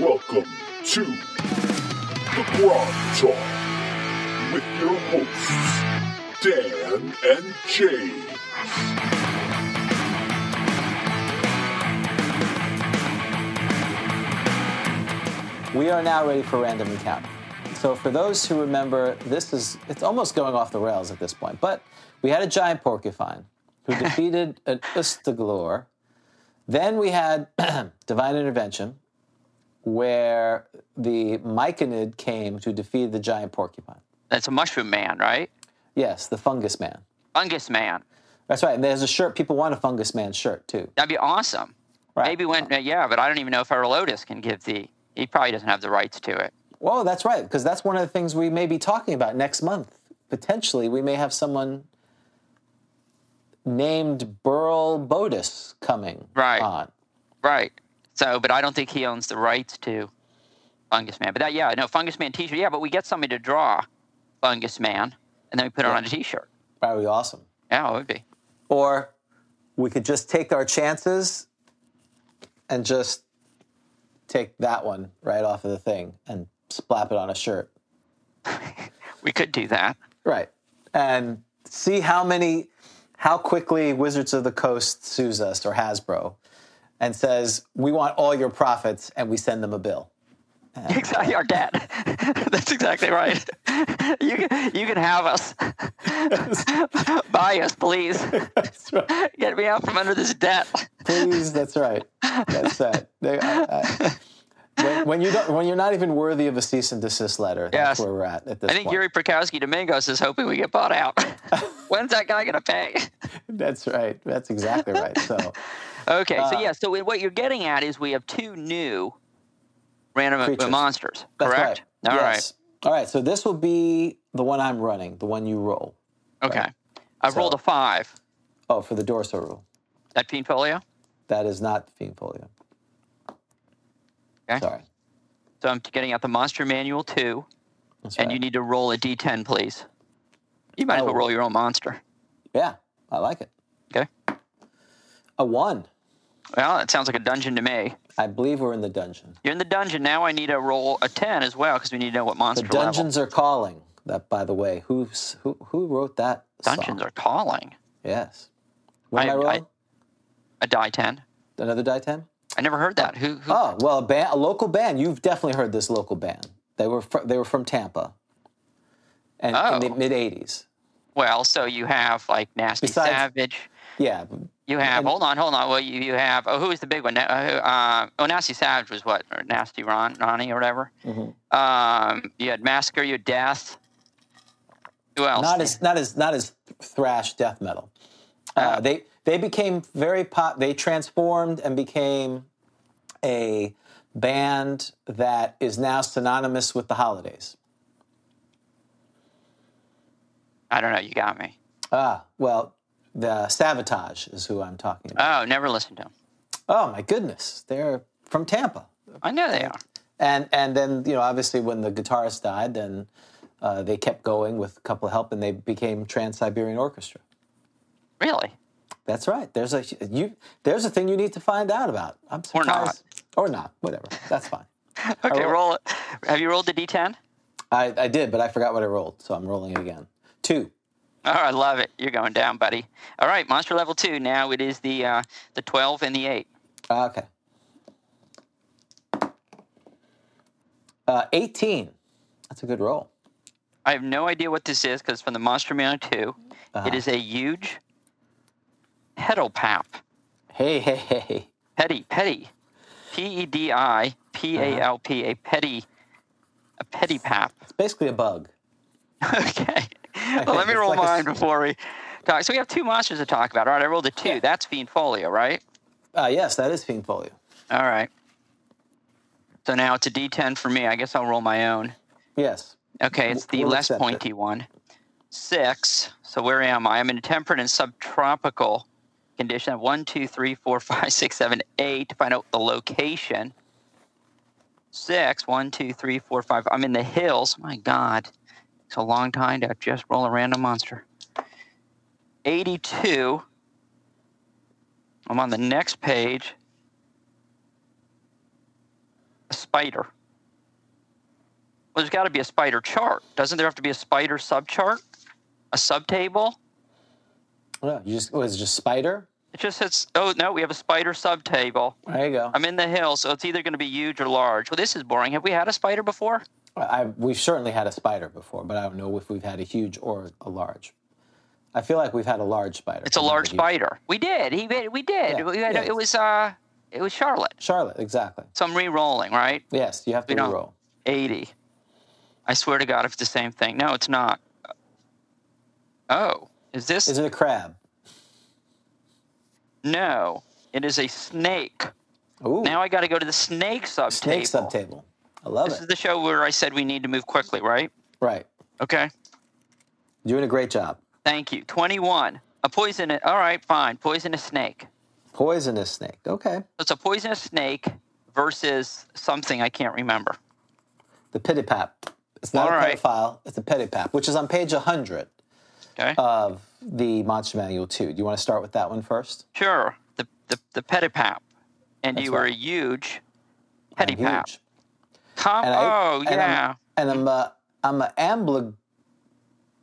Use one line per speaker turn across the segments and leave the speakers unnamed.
Welcome to the Grog Talk with your hosts, Dan and James.
We are now ready for random encounter. So for those who remember, this is it's almost going off the rails at this point. But we had a giant porcupine who defeated an Ustaglor. Then we had divine intervention, where the Myconid came to defeat the giant porcupine.
That's a mushroom man, right?
Yes, the fungus man.
Fungus man.
That's right. And there's a shirt. People want a fungus man shirt too.
That'd be awesome.
Right.
Maybe when, uh, yeah, but I don't even know if Herolotus can give the, he probably doesn't have the rights to it.
Well, that's right, because that's one of the things we may be talking about next month. Potentially, we may have someone named Burl Bodis coming
Right.
on.
Right. So, but I don't think he owns the rights to Fungus Man. But that, yeah, no, Fungus Man t shirt. Yeah, but we get somebody to draw Fungus Man and then we put it on a t shirt.
That would be awesome.
Yeah, it would be.
Or we could just take our chances and just take that one right off of the thing and splap it on a shirt.
We could do that.
Right. And see how many, how quickly Wizards of the Coast sues us or Hasbro and says, we want all your profits and we send them a bill.
Exactly, our dad. That's exactly right. You can, you can have us. Buy us, please.
That's right.
Get me out from under this debt.
please. That's right. That's that. They- I- I- when, when you don't, when you're not even worthy of a cease and desist letter, that's
Yes.
where we're at at this
I think
point.
Yuri Prokowski Domingos is hoping we get bought out. When's that guy going to pay?
That's right. That's exactly right. So
Okay,
Uh,
so yeah, so what you're getting at is we have two new random
Creatures.
monsters,
that's
correct?
right.
All right.
yes. All right. So this will be the one I'm running, the one you roll.
Okay. I've
So-
rolled a five.
Oh, for the Dorso rule.
That Fiend Folio?
That is not fiend polio.
Okay.
Sorry.
So I'm getting out the Monster Manual 2,
That's
and
right.
you need to roll a d10, please. You might as well
Oh.
roll your own monster.
yeah, I like it.
Okay.
A one.
Well, that sounds like a dungeon to me.
I believe we're in the dungeon.
You're in the dungeon. Now I need to roll a 10 as well because we need to know what
The
monster level.
dungeons are calling. That, by the way, who's who? Who wrote that?
Dungeons
song?
are calling.
Yes. What am I,
I-
rolling?
A die 10.
Another die ten?
I never heard that. Who? who
Oh well, a, band, a local band. You've definitely heard this local band. They were fr- they were from Tampa, and in the
Oh.
mid '80s.
Well, so you have like Nasty
Besides-
Savage.
Yeah,
You have hold on, hold on. Well, you, you have oh, who is the big one? Uh, who, uh, oh, Nasty Savage was what? Or Nasty Ron, Ronnie or whatever.
Mm-hmm.
Um, you had Massacre, you had Death. Who else?
not as not as not as thrash death metal. Uh, they they became very pop. They transformed and became a band that is now synonymous with the holidays.
I don't know. You got me.
Ah, well, the Sabotage is who I'm talking about.
Oh, never listened to them.
Oh my goodness, they're from Tampa.
I know they are.
and and then you know obviously when the guitarist died then uh, they kept going with a couple of help and they became trans-siberian orchestra
Really?
that's right there's a you there's a thing you need to find out about i'm
Or
surprised
not.
or not whatever that's fine
Okay,
roll-
roll it. Have you rolled the d10?
I, I did but i forgot what i rolled so i'm rolling it again two
Oh, I love it. You're going down, buddy. All right, monster level two. Now it is the uh, the twelve and the eight.
Ah, okay uh, 18 that's a good roll
I have no idea what this is because it's from the Monster Manor 2.
Uh-huh.
It is a huge pedal pap.
Hey, hey, hey.
Petty, petty. P E D I P A L P,
Uh-huh.
a petty, a petty pap.
It's basically a bug.
okay. Well, let me
it's
roll
like a
mine
s-
before we talk. So we have two monsters to talk about. All right, I rolled a two. That's Fiend Folio, right?
Uh, yes, that is Fiend Folio.
All right. So now it's a D10 for me. I guess I'll roll my own.
Yes.
Okay, it's the
we'll
less
accept it.
pointy one. Six. So where am I? I'm in a temperate and subtropical condition. I have One, two, three, four, five, six, seven, eight. To find out the location. Six. One, two, three, four, five. I'm in the hills. My God, it's a long time to just roll a random monster. Eighty-two. I'm on the next page. A spider. Well, there's got to be a spider chart. Doesn't there have to be a spider subchart? A subtable?
Well, you just was it just spider.
It just says, oh, no, we have a spider subtable.
There you go.
I'm in the hill, so it's either going to be huge or large. Well, this is boring. Have we had a spider before?
I, we've certainly had a spider before, but I don't know if we've had a huge or a large. I feel like we've had a large spider.
It's a
not
large
huge-
spider. We did. He, we did.
Yeah,
We had-
yeah.
It was uh, it was Charlotte.
Charlotte, exactly.
So I'm re-rolling, right?
Yes, you have to
We don't-
roll.
80. I swear to God, if it's the same thing. No, it's not. Oh, is this?
Is it a crab?
no, it is a snake.
Ooh,
Now I got to go to the snake subtable.
snake subtable. I love
This
it.
is the show where I said we need to move quickly, right?
Right,
Okay.
doing a great job.
Thank you. 21. A poisonous. All right, fine. Poisonous snake.
Poisonous snake. Okay,
It's a poisonous snake versus something I can't remember.
the pitipap. It's not
All
a
right.
pedophile. It's a pitipap, which is on page 100
Okay.
of the Monster Manual 2. Do you want to start with that one first?
sure. The, the, the pedipap. And you were
right.
a huge
I'm
pedipap.
huge.
Com-
And I,
oh,
and
yeah.
I'm, and I'm a, I'm a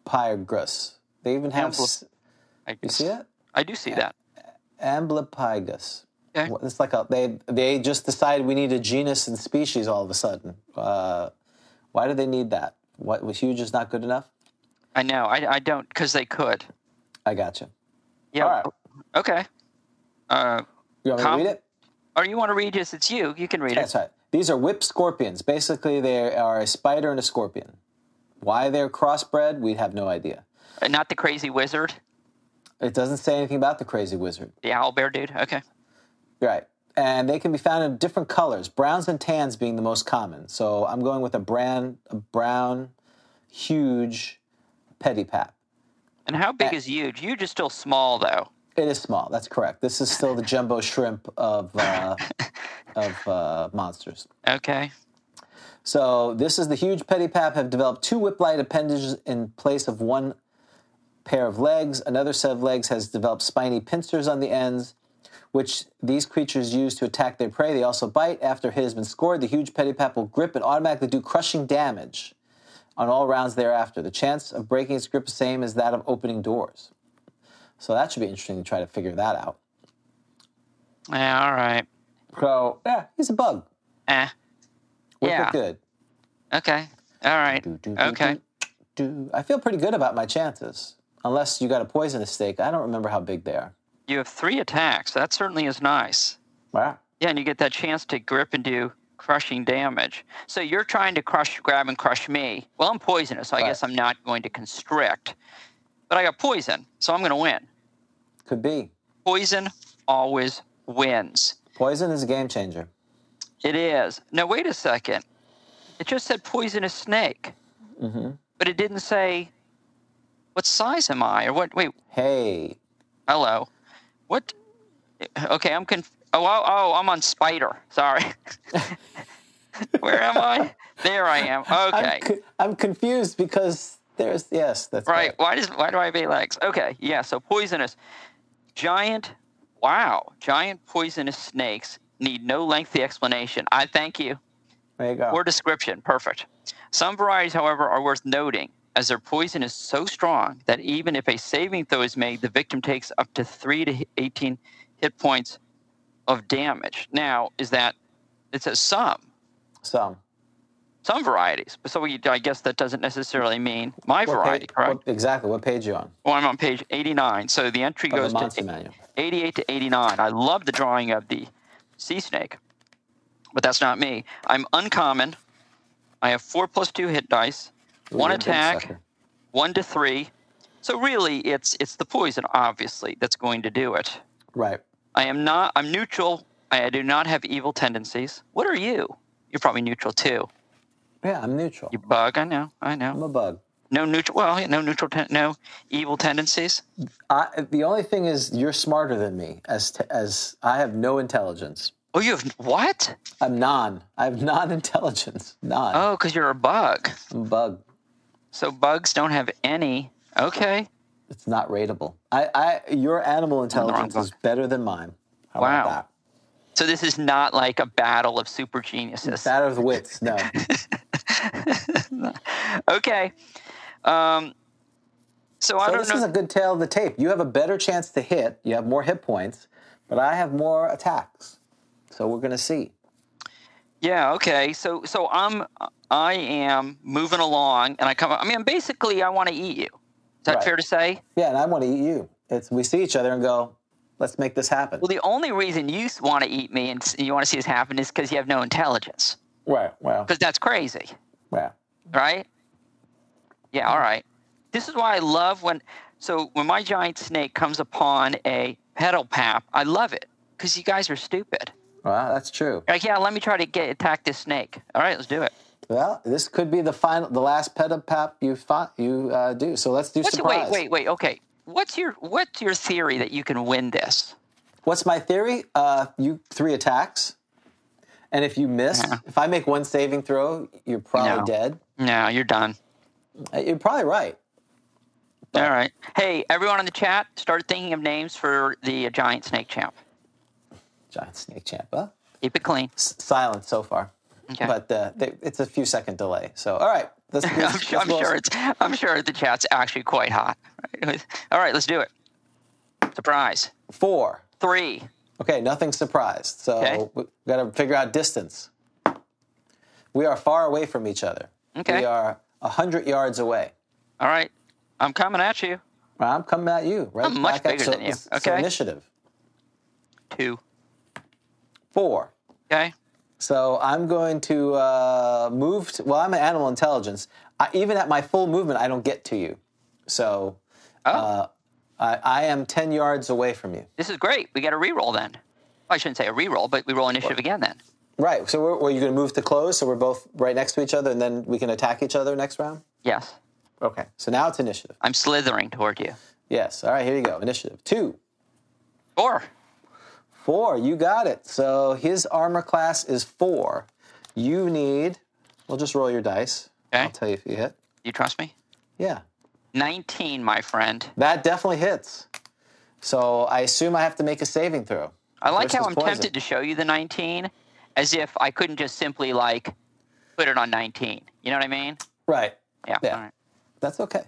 amblypygus. They even have.
Ambly-
s-
I,
You see it?
I do see that.
Amblypygus.
Okay.
Well, It's like a, they they just decided we need a genus and species all of a sudden. Uh, why do they need that? What was huge is not good enough.
I know. I, I don't, because they could.
I got you.
Yeah.
All right.
Okay. Uh,
You want me
Com-
to read it?
or you want to read this? It's you. You can read it.
That's right. These are whip scorpions. Basically, they are a spider and a scorpion. Why they're crossbred, we have no idea.
Uh, Not the crazy wizard,
It doesn't say anything about the crazy wizard.
the owl bear dude. Okay.
Right. And they can be found in different colors, browns and tans being the most common. So I'm going with a, brand, a brown, huge pedipap.
And how
Uh,
big is huge? Huge is still small, though.
It is small. That's correct. This is still the jumbo shrimp of uh, of uh, monsters.
Okay.
So this is the huge pedipap have developed two whip-like appendages in place of one pair of legs. Another set of legs has developed spiny pincers on the ends, which these creatures use to attack their prey. They also bite. After a hit has been scored, the huge pedipap will grip and automatically do crushing damage on all rounds thereafter. The chance of breaking its grip is same as that of opening doors. So that should be interesting to try to figure that out.
Yeah, all right.
So yeah, he's a bug.
Eh.
Whip
Yeah.
it good.
Okay. All right.
Do, do, do,
Okay.
do, do. I feel pretty good about my chances. Unless you got a poisonous steak. I don't remember how big they are.
You have three attacks. That certainly is nice.
Wow.
Yeah, and you get that chance to grip and do crushing damage. So you're trying to crush, grab, and crush me. Well, I'm poisonous, so I
Right.
guess I'm not going to constrict. But I got poison, so I'm going to win.
Could be.
Poison always wins.
Poison is a game changer.
It is. Now, wait a second. It just said poisonous snake,
hmm
but it didn't say what size am I or what. Wait,
Hey.
Hello. What? Okay, I'm conf. Oh, oh, oh, I'm on spider. Sorry. Where am I? There I am. Okay.
I'm, co- I'm confused because there's yes, that's
Right. Why does why do I have eight legs? Okay. Yeah. So poisonous, giant. Wow. Giant poisonous snakes need no lengthy explanation. I thank you.
There you go.
or description. Perfect. Some varieties, however, are worth noting as their poison is so strong that even if a saving throw is made, the victim takes up to 3 to 18 hit points of damage. Now, is that it says some.
Some.
some varieties. So we, I guess that doesn't necessarily mean my
What
variety,
page-
correct?
what- exactly. What page are you on?
Well, I'm on page 89. So the entry
Of the
goes
monster
to
manual.
88 to 89. I love the drawing of the sea snake, but that's not me. I'm uncommon. I have four plus two hit dice,
Ooh,
one
you're a big
attack,
sucker.
one to three. So really, it's it's the poison, obviously, that's going to do it.
Right.
I am not. I'm neutral. I do not have evil tendencies. What are you? You're probably neutral too.
Yeah, I'm neutral.
You bug. I know. I
I'm
know.
a bug.
No neutral. Well, no neutral. Ten, no evil tendencies.
I, the only thing is, you're smarter than me. As t- as I have no intelligence.
Oh, you have what?
I'm non. I have non-intelligence. Non.
Oh, because you're a bug.
I'm a bug.
So bugs don't have any. Okay.
It's not rateable. I, I your animal intelligence is better than mine. How
Wow.
About
So this is not like a battle of super geniuses.
that? That of the wits. No.
okay. Um, so I
So
don't
this
know.
is a good tail of the tape. You have a better chance to hit. You have more hit points, but I have more attacks. So we're gonna see.
yeah. Okay. So so I'm I am moving along, and I come. I mean, basically, I want to eat you. Is that
Right.
fair to say?
Yeah, and I want to eat you. It's we see each other and go, let's make this happen.
Well, the only reason you want to eat me and s- you want to see this happen is because you have no intelligence.
Right. Well.
Because that's crazy.
Yeah.
right? Yeah, all right. This is why I love when so when my giant snake comes upon a pedal pap, I love it because you guys are stupid.
Well, that's true.
You're like, yeah, let me try to get attack this snake. All right, let's do it.
Well, this could be the final, the last pedipap you fi- you uh, do. So let's do
What's
surprise.
wait, wait, wait. Okay, what's your what's your theory that you can win this?
What's my theory? Uh, you three attacks, and if you miss, if I make one saving throw, you're probably
No.
dead.
No, you're done.
Uh, You're probably right.
All right. Hey, everyone in the chat, start thinking of names for the giant snake champ.
Giant snake champ. Huh?
Keep it clean.
S- silent so far,
Okay.
but uh, they, it's a few second delay. So all right, let's. let's,
I'm sure, I'm
let's-
sure it's I'm sure the chat's actually quite hot. All right, let's do it. Surprise.
four.
Three.
Okay, nothing surprised. So
Okay.
we got to figure out distance. We are far away from each other.
Okay.
We are hundred yards away.
All right. I'm coming at you.
Well, I'm coming at you. Right
I'm much
back at-
bigger
so
than you.
it's- so
Okay.
initiative
Two.
four.
Okay.
So I'm going to uh, move. To, well, I'm an animal intelligence. I, even at my full movement, I don't get to you. So
Oh,
uh, I, I am ten yards away from you.
this is great. We got a reroll then. Well, I shouldn't say a reroll, but we roll initiative again then.
Right. So we're, were you going to move to close? So we're both right next to each other, and then we can attack each other next round.
Yes.
Okay. So now it's initiative.
I'm slithering toward you.
Yes. All right. Here you go. Initiative two.
Or
Four, you got it. So his armor class is four. You need, well, just roll your dice.
Okay.
I'll tell you if you hit.
you trust me?
Yeah,
19, my friend.
that definitely hits. So I assume I have to make a saving throw.
I like how
Versus
I'm
poison.
tempted to show you the 19 as if I couldn't just simply like put it on 19. You know what I mean?
Right.
Yeah.
Yeah.
All right.
That's okay.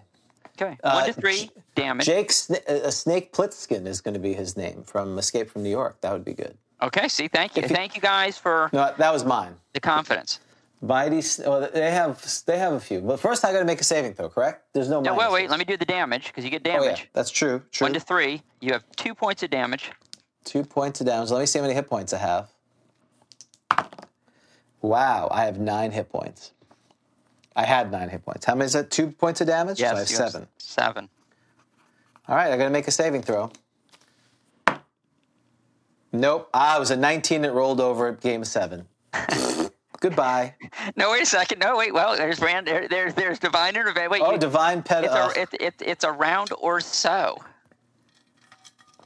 Okay.
Uh,
One to three.
J-
Damage.
Jake Sn- uh, Snake Plitskin is going to be his name from Escape from New York. That would be good.
okay. See, thank you.
If you-
Thank you guys for
No, that was mine.
the confidence.
Mighty. S- Oh, they have they have a few. But first, I got to make a saving throw. Correct? There's no.
No, wait,
minuses.
wait. Let me do the damage because you get
Oh yeah,
damage.
that's true. True.
One to three. You have two points of damage.
Two points of damage. Let me see how many hit points I have. Wow, I have nine hit points. I had nine hit points. How many is that? Two points of damage? so I have
you have
seven.
Seven.
All right, I gotta make a saving throw. Nope. Ah, it was a 19 that rolled over at game seven. Goodbye.
No, wait a second. No, wait. Well, there's brand. There, there's there's divine intervention. Wait,
Oh,
you-
divine pet.
it's
oh,
a it, it, it's a round or so.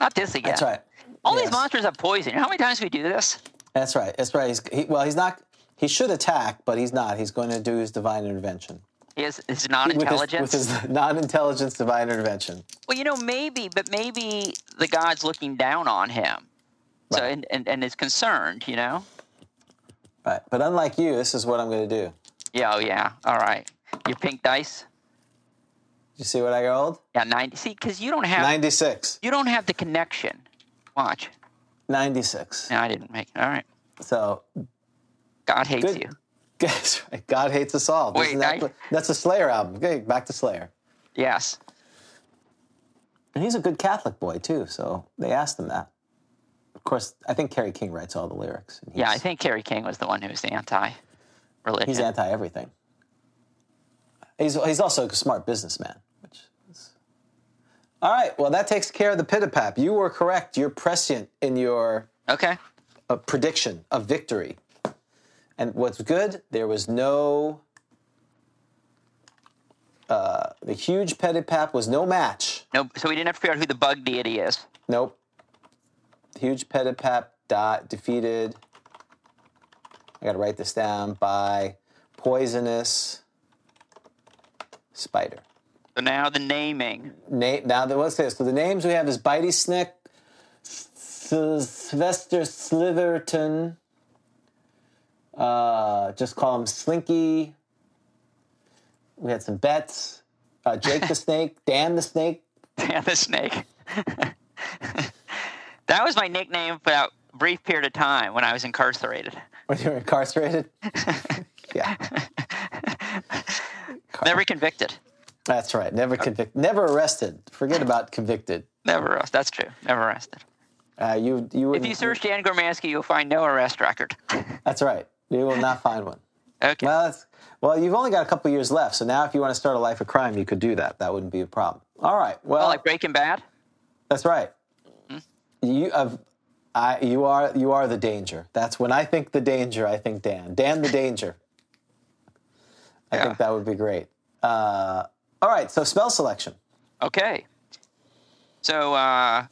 Not this again.
that's right.
All
Yes.
these monsters have poison. You know how many times we do this?
That's right. That's right. He's, he, well, he's not. He should attack, but he's not. He's going to do his divine intervention.
He is is non
With his-
intelligence.
With his non-intelligence divine intervention.
well, you know maybe, but maybe the god's looking down on him. So
Right.
and, and, and is concerned. You know.
Right. But unlike you, this is what I'm going to do.
Yeah. Oh yeah. All right. Your pink dice.
You see what I rolled?
Yeah. Ninety. See, because you don't have
96.
you don't have the connection. Watch.
96.
No, I didn't make it. All right.
So
God hates
good,
you.
That's right. God hates us all.
Wait,
Isn't that-
I-
that's a Slayer album. Okay, back to Slayer.
Yes.
And he's a good Catholic boy too, so they asked him that. Of course, I think Kerry King writes all the lyrics. and
Yeah, I
he's-
think Kerry King was the one who was anti-religion.
he's anti everything. He's he's also a smart businessman, which is all right. Well, that takes care of the pit pap. You were correct. You're prescient in your
okay.
a prediction of victory. And what's good, there was no. Uh, the huge pedipap was no match.
No, so we didn't have to figure out who the bug deity is.
Nope. Huge pedipap dot defeated. I gotta write this down by poisonous spider.
So now the naming.
Name, now, that- let's say this. So the names we have is Bitey Snick, S- Sylvester Sliverton. Uh, just call him Slinky. We had some bets. Uh, Jake the Snake, Dan the Snake.
Yeah, the snake. that was my nickname for that brief period of time when I was incarcerated.
When you were incarcerated. yeah,
Never convicted.
that's right. Never
Uh,
convicted. Never arrested. Forget about convicted.
Never arrested. That's true. Never arrested.
Uh, you you
If
wouldn't.
you search Dan Gormansky, you'll find no arrest record.
That's right. You will not find one.
Okay.
Well, that's, well, you've only got a couple years left, so now if you want to start a life of crime, you could do that. That wouldn't be a problem. All right. Well,
Oh, like Breaking Bad?
that's right.
Mm-hmm.
You have, I, you are you are the danger. That's when I think the danger. I think Dan. Dan the danger. I
Yeah.
think that would be great. Uh, all right. So spell selection.
Okay. So uh,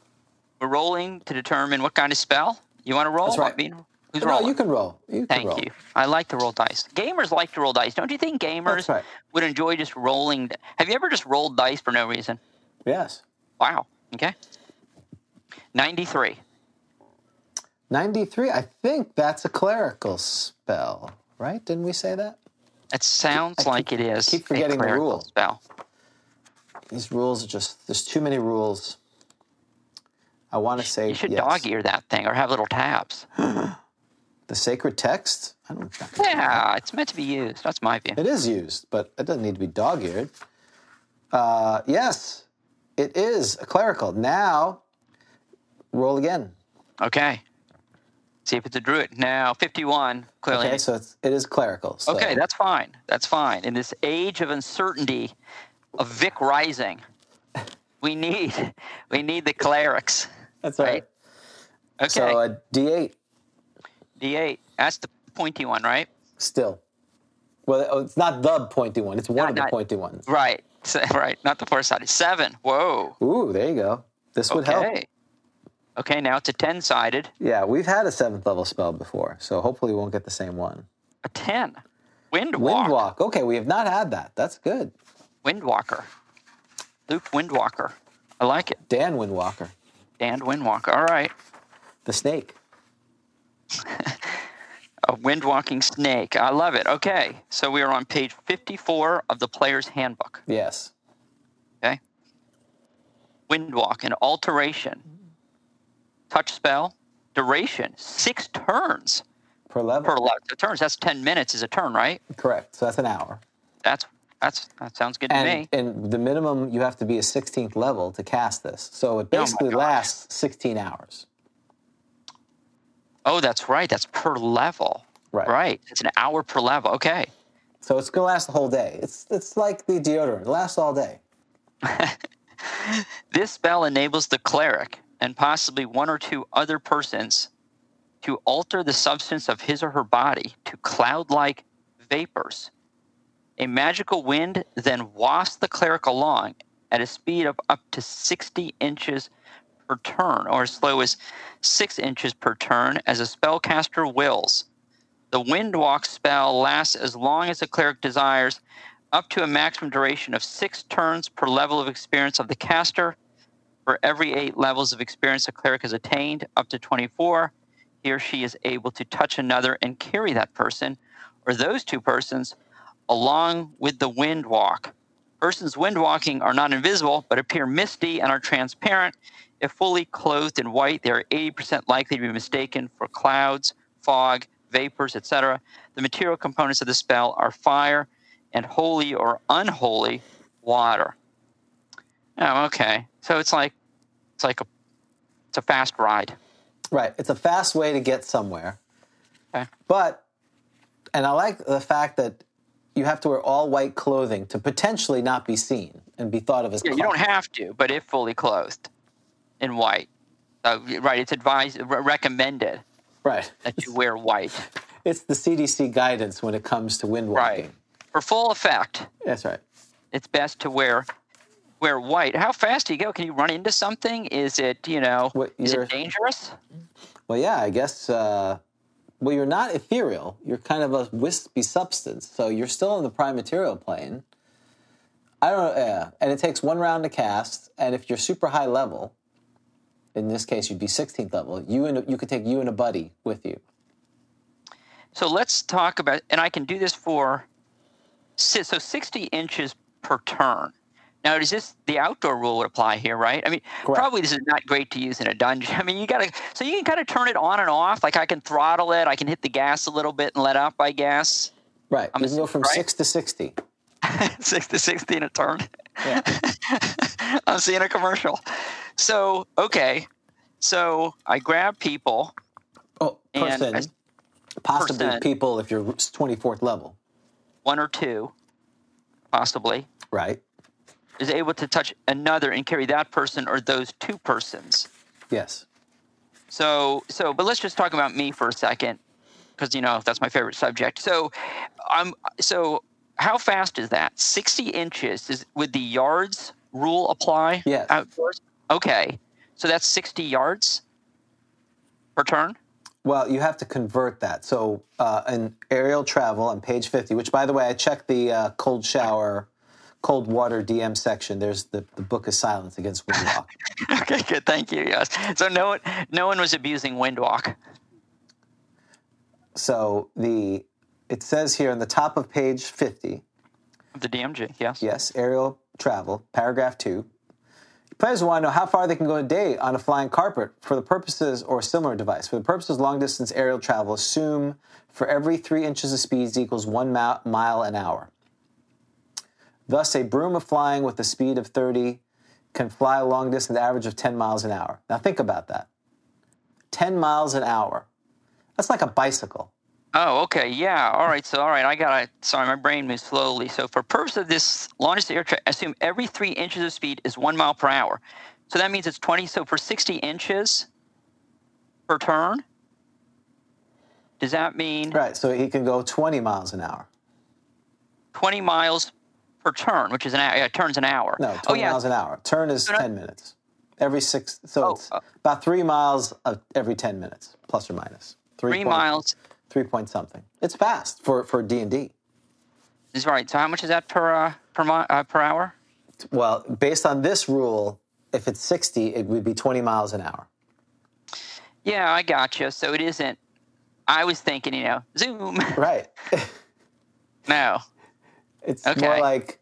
we're rolling to determine what kind of spell you want to roll.
That's right.
I mean, who's
no,
rolling?
you can roll. You can
Thank
roll.
you. I like to roll dice. Gamers like to roll dice. Don't you think gamers
That's right.
would enjoy just rolling? d- Have you ever just rolled dice for no reason?
Yes.
Wow. Okay. 93.
Ninety-three. I think that's a clerical spell, right? Didn't we say that?
It sounds like it is.
keep
a
forgetting the
clerical
rule.
Spell.
These rules are just there's too many rules. I want to say
You should
yes.
dog ear that thing or have little tabs.
the sacred text. I don't.
Yeah, it's meant to be used. That's my view.
It is used, but it doesn't need to be dog eared. Uh, yes, it is a clerical. Now, roll again.
Okay. See if it's a druid. Now, 51, clearly.
Okay, so it's, it is clerical. so-
Okay, that's fine. That's fine. In this age of uncertainty, of Vic Rising, we need we need the clerics.
that's all right.
right. Okay,
So a D8
D8. That's the pointy one, right?
still. Well, oh, it's not the pointy one. It's one
Not-
of the
not-
pointy ones.
Right. So- right. Not the four sided. Seven. Whoa.
Ooh, there you go. This would help.
Okay. Okay. Now it's a ten sided.
Yeah, we've had a seventh level spell before, so hopefully we won't get the same one.
A ten. Windwalk.
Windwalk. Okay, we have not had that. That's good.
Windwalker. Luke Windwalker. I like it.
Dan Windwalker,
Dan Windwalker. All right.
the snake.
A windwalking snake. I love it. Okay. So we are on page 54 of the player's handbook.
Yes.
Okay. Windwalk, an alteration. Touch spell. Duration, six turns
Per level.
per lot of turns. That's 10 minutes is a turn, right?
Correct. So that's an hour.
That's that's That sounds good to
And,
me.
and the minimum you have to be a 16th level to cast this. So it basically
Oh gosh.
lasts 16 hours.
Oh, that's right. That's per level.
Right.
Right. It's an hour per level. Okay.
So it's going to last the whole day. It's, it's like the deodorant, it lasts all day.
This spell enables the cleric and possibly one or two other persons to alter the substance of his or her body to cloud like vapors. A magical wind then wafts the cleric along at a speed of up to 60 inches per turn, or as slow as 6 inches per turn, as a spellcaster wills. The Windwalk spell lasts as long as the cleric desires, up to a maximum duration of six turns per level of experience of the caster. For every eight levels of experience a cleric has attained, up to 24, he or she is able to touch another and carry that person or those two persons along with the wind walk. Persons wind walking are not invisible, but appear misty and are transparent. If fully clothed in white, they are 80% likely to be mistaken for clouds, fog, vapors, etc. The material components of the spell are fire and holy or unholy water. Oh, okay. So it's like it's like a it's a fast ride.
Right. It's a fast way to get somewhere.
Okay.
But, and I like the fact that you have to wear all white clothing to potentially not be seen and be thought of as.
Yeah, you
clown.
don't have to, but if fully clothed in white. So, right, it's advised, re- recommended
Right.
that you wear white.
It's the CDC guidance when it comes to wind walking.
Right. For full effect,
That's right.
it's best to wear wear white. How fast do you go? Can you run into something? Is it, you know,
What
is
you're-
it dangerous?
Well, yeah, I guess. Uh, well, you're not ethereal. You're kind of a wispy substance, so you're still in the prime material plane. I don't. Yeah, and it takes one round to cast, and if you're super high level, in this case, you'd be 16th level. You and you could take you and a buddy with you.
So let's talk about, and I can do this for si- so 60 inches per turn. Now, is this the outdoor rule would apply here, right? I mean,
Correct.
probably this is not great to use in a dungeon. I mean, you gotta, so you can kind of turn it on and off. Like I can throttle it, I can hit the gas a little bit and let up, I guess.
Right. you can go from
right?
six to 60.
Six to 60 in a turn.
Yeah.
I'm seeing a commercial. So, okay. So I grab people.
Oh,
And
person.
I-
possibly
percent.
people if you're 24th level.
one or two, possibly,
Right.
is able to touch another and carry that person or those two persons.
Yes.
So, so, but let's just talk about me for a second, because you know that's my favorite subject. So, I'm so how fast is that? Sixty inches is would the yards rule apply?
Yes.
Outdoors. Okay, so that's sixty yards per turn.
Well, you have to convert that. So, uh, in aerial travel on page 50, which, by the way, I checked the uh, cold shower, cold water DM section. There's the, the book of silence against windwalk.
okay, good. Thank you. Yes. So no one, no one was abusing windwalk.
so, the it says here on the top of page 50,
The DMG. Yes.
yes, aerial travel, paragraph two. Players want to know how far they can go a day on a flying carpet for the purposes or similar device. For the purposes of long distance aerial travel, assume for every three inches of speed equals one mi- mile an hour. Thus, a broom of flying with a speed of 30 can fly a long distance average of 10 miles an hour. Now, think about that 10 miles an hour. That's like a bicycle.
Oh, okay. Yeah. All right. So, all right. I got to Sorry, my brain moves slowly. So, for purpose of this longest air track, assume every three inches of speed is one mile per hour. So that means it's 20. So, for 60 inches per turn, does that mean
Right, so he can go 20 miles an hour.
20 miles per turn, which is an hour? Yeah, turns an hour.
No, 20
oh, yeah.
miles an hour. Turn is
no.
10 minutes. Every six, so
Oh,
it's
uh,
about three miles of every 10 minutes, plus or minus.
Three
point-
miles
Three point something. It's fast for, for D&D.
is right. So, how much is that per uh, per mi- uh, per hour?
Well, based on this rule, if it's 60, it would be 20 miles an hour.
Yeah, I gotcha. So it isn't. I was thinking, you know, zoom.
Right.
no.
It's more
Okay.
like,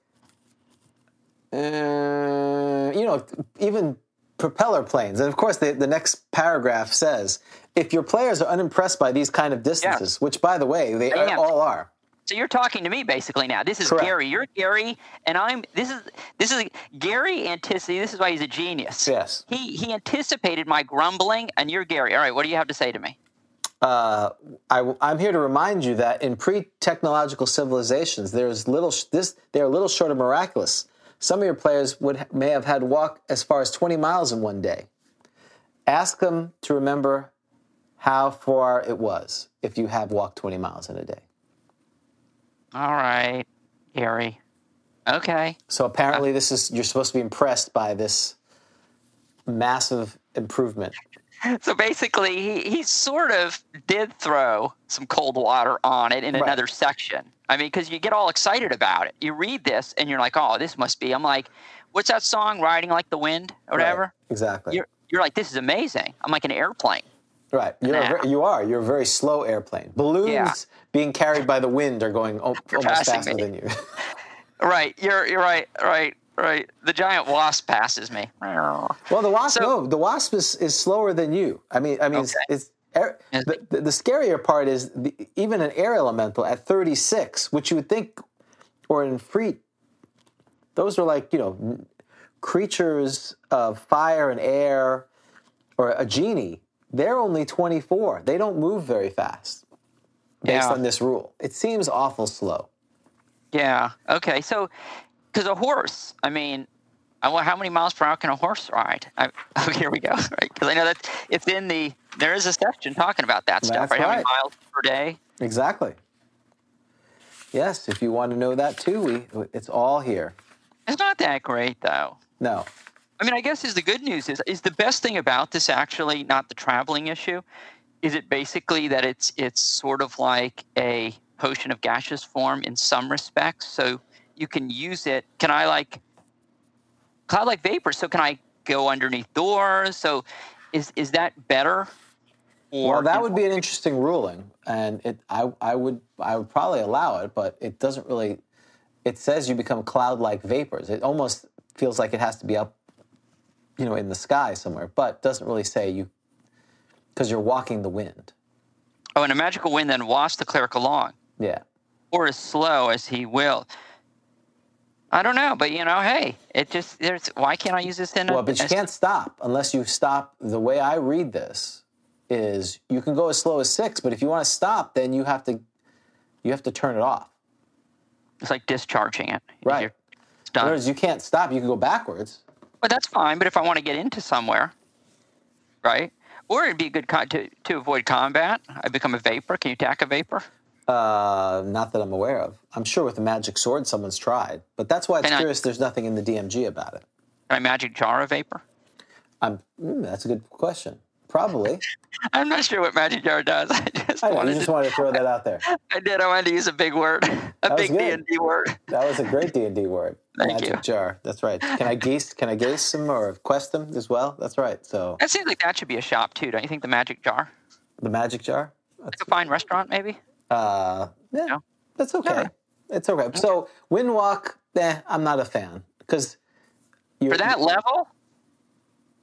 uh, you know, even propeller planes. And of course, the, the next paragraph says, if your players are unimpressed by these kind of distances, which, by the way, they
I am.
all are.
So you're talking to me basically now. This is
Correct.
Gary. You're Gary, and I'm. This is this is Gary anticipated. This is why he's a genius.
Yes.
He he anticipated my grumbling, and you're Gary. All right, what do you have to say to me?
uh, I, am here to remind you that in pre-technological civilizations, there's little sh- this they are little short of miraculous. Some of your players would ha- may have had walk as far as 20 miles in one day. Ask them to remember how far it was if you have walked 20 miles in a day.
All right, Gary. Okay.
So apparently, this is you're supposed to be impressed by this massive improvement.
So basically, he, he sort of did throw some cold water on it in another section. I mean, because you get all excited about it. You read this, and you're like, "Oh, this must be." I'm like, "What's that song? Riding like the wind, or whatever."
Right, exactly.
You're you're like, "This is amazing." I'm like an airplane.
Right. You're a
Nah.
ver- you are. You're a very slow airplane. Balloons
Yeah.
being carried by the wind are going o- almost
passing
faster
me.
than you.
Right, you're you're right, right, right. The giant wasp passes me.
well, the wasp.
So-
no, the wasp is, is slower than you. I mean, I mean, it's,
Okay.
it's Air, the, the, the scarier part is the, even an air elemental at 36, which you would think, or an Freet, those are like, you know, creatures of fire and air, or a genie. They're only 24. They don't move very fast based
Yeah.
on this rule. It seems awful slow.
Yeah. Okay. So, because a horse, I mean, I wa- how many miles per hour can a horse ride? I, oh, here we go. Right. Because I know that it's in the there is a section talking about that stuff.
That's
Right. How many
right.
miles per day?
Exactly. Yes, if you want to know that too, we, it's all here.
It's not that great though.
No.
I mean, I guess is the good news is is the best thing about this actually not the traveling issue. Is it basically that it's it's sort of like a potion of gaseous form in some respects? So you can use it. Can I like cloud like vapor? So can I go underneath doors? So is is that better? Or
Well, that would be an interesting ruling, and it I I would I would probably allow it, but it doesn't really. It says you become cloud-like vapors. It almost feels like it has to be up, you know, in the sky somewhere, but doesn't really say you because you're walking the wind.
oh, and a magical wind then wafts the cleric along.
Yeah.
or as slow as he will. I don't know, but you know, hey, it just there's why can't I use this in? a-
Well, but you
as-
can't stop unless you stop. The way I read this is you can go as slow as six, but if you want to stop, then you have to you have to turn it off.
It's like discharging it.
Right.
You're- It's
In other
done.
words, you can't stop. You can go backwards.
But that's fine. But if I want to get into somewhere, right? Or it'd be a good con- to to avoid combat. I become a vapor. Can you attack a vapor?
Uh, not that I'm aware of. I'm sure with the magic sword someone's tried, but that's why it's
Can I-
curious. There's nothing in the DMG about it.
Can I magic jar a vapor?
I'm. Mm, that's a good question. Probably.
I'm not sure what magic jar does. I just
I, know, you
wanted
just
to,
wanted to throw that out there.
I did. I wanted to use a big word, a
was
big D
good.
and D word.
That was a great D and D word.
Thank
magic
you.
jar. That's right. Can I geese? Can I geese him or quest him as well? That's right. So
That seems like that should be a shop too, don't you think? The magic jar,
the magic jar.
like a fine restaurant, maybe.
Uh, yeah,
No?
that's okay.
Alright.
It's okay. So windwalk. Eh, I'm not a fan because
for that level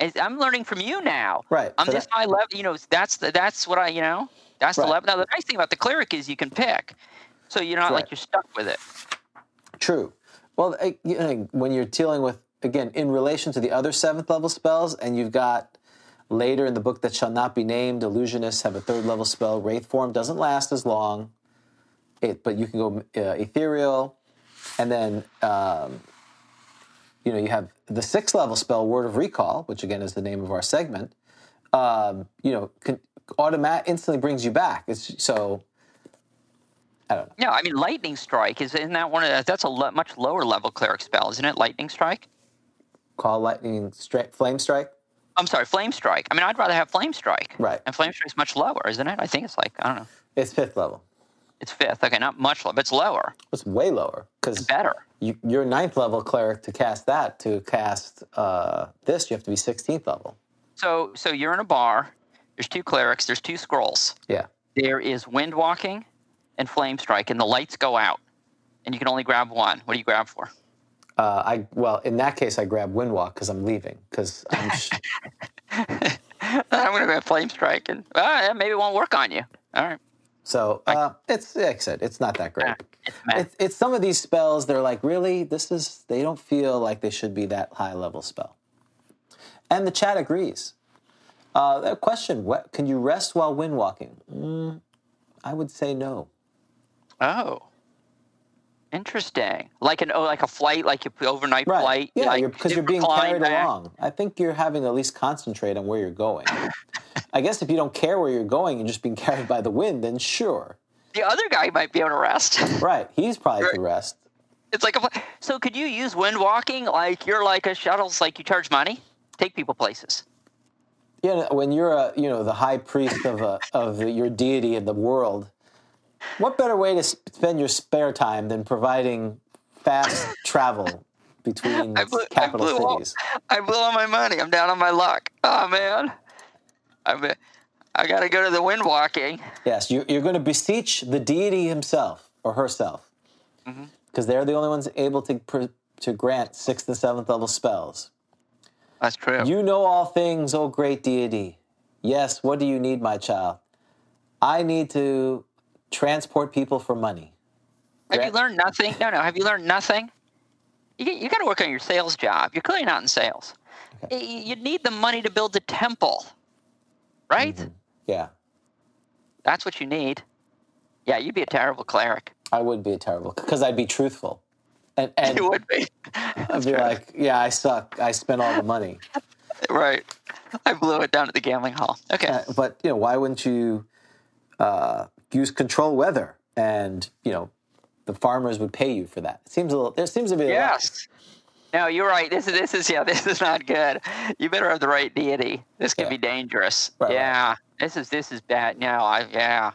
is- i'm learning from you now
Right,
i'm
for
this
that-
high level you know that's the, that's what i you know that's
Right.
the level now the nice thing about the cleric is you can pick so you're not
Right.
like you're stuck with it
True. Well, I- you know, when you're dealing with again in relation to the other seventh level spells, and you've got later in the book that shall not be named, illusionists have a third level spell. Wraith form doesn't last as long, it, but you can go uh, ethereal, and then um, you know you have the sixth level spell, word of recall, which again is the name of our segment. Um, you know, can, automat instantly brings you back. It's so
no i mean lightning strike is isn't that one of the, that's a lo- much lower level cleric spell isn't it lightning strike
call lightning strike, flame strike.
i'm sorry flame strike i mean i'd rather have flame strike
Right.
and flame strike's much lower isn't it i think it's like i don't know
It's fifth level.
it's fifth okay not much lower but it's lower
It's way lower because
better
you, your ninth level cleric to cast that to cast uh, this, you have to be sixteenth level.
so so you're in a bar there's two clerics there's two scrolls
Yeah,
there is wind walking and flame strike and the lights go out and you can only grab one what do you grab for
uh, I well in that case I grab windwalk because I'm leaving because I'm sh-
i'm going to grab flame strike and ah, yeah, maybe it won't work on you all right
so uh, it's like I said it's not that great.
Ah, it's meh.
It's, it's some of these spells they're like really this is they don't feel like they should be that high level spell, and the chat agrees. Uh, that question: what, Can you rest while wind walking? Mm, I would say no.
oh interesting like an oh like a flight like your overnight
Right.
flight
yeah,
like,
you're, because you're
super
being
flying
carried
back.
along. I think you're having to at least concentrate on where you're going. I guess if you don't care where you're going and just being carried by the wind, then sure.
the other guy might be able to rest
Right. He's probably the rest.
it's like a fl- so could you use wind walking like you're like a shuttle's like you charge money take people places
Yeah, when you're a, you know, the high priest of a, of your deity in the world, what better way to sp- spend your spare time than providing fast travel between
I blew- I
capital
blew all-
cities?
I blew all my money. I'm down on my luck. Oh man, I'm. I gotta go to the wind walking.
Yes, you, you're going to beseech the deity himself or herself,
Mm-hmm.
because they're the only ones able to pr- to grant sixth and seventh level spells.
That's true.
You know all things, O great deity. Yes, what do you need, my child? I need to transport people for money.
Have
Gra-
you learned nothing? No, no. Have you learned nothing? You, you got to work on your sales job. You're clearly not in sales. Y- y- You need the money to build the temple, right?
Mm-hmm. Yeah,
That's what you need. Yeah, you'd be a terrible cleric.
I would be a terrible because I'd be truthful, and and
You would be.
I'd be like, yeah, I suck. I spent all the money.
right. I blew it down at the gambling hall. Okay.
Uh, but you know, why wouldn't you uh, use control weather? And you know, the farmers would pay you for that. It seems a little. There seems to be a lot-
Yes. No, you're right. This is this is yeah. This is not good. You better have the right deity. This could
Yeah.
be dangerous.
Right, right.
yeah. This is this is bad. No, I yeah.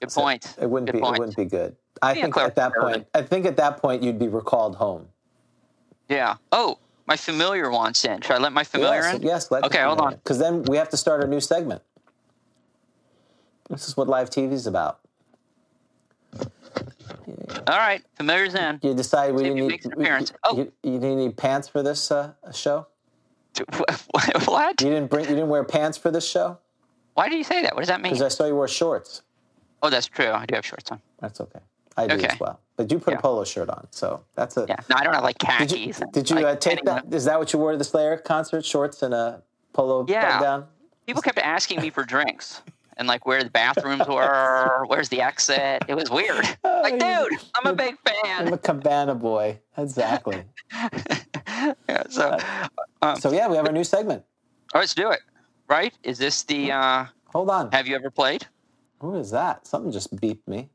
Good
So
point.
It wouldn't
good
be.
Point.
It wouldn't be good. I
Yeah,
think
clear.
at that point, I think at that point, you'd be recalled home.
Yeah. Oh, my familiar wants in. Should I let my familiar
Yes,
in?
yes.
Okay, hold on.
Because then we have to start a new segment. This is what live TV is about.
All right. Familiar's in.
You decide we
See if he
didn't need.
makes an
we-
appearance.
You,
Oh.
you, you didn't need pants for this uh, show.
What?
You didn't bring. You didn't wear pants for this show
Why do you say that? What does that mean?
because I saw you wore shorts.
Oh, that's true. I do have shorts on.
That's okay. I do
Okay.
as well. But you put
Yeah.
a polo shirt on, so that's a.
Yeah. No, I don't have like
Did
khakis.
you,
and,
did you
like,
uh, take
anyone-
that? Is that what you wore to the Slayer concert? Shorts and a polo
Yeah.
button down.
People kept asking me for drinks and like where the bathrooms were, where's the exit. It was weird. Like,
you're-
dude, I'm a big
I'm
fan.
a cabana boy. Exactly.
Yeah, so, all Um,
so yeah, we have a new segment.
right, let's do it. Right? Is this the uh,
Hold on.
Have you ever played?
Who is that? Something just beeped me.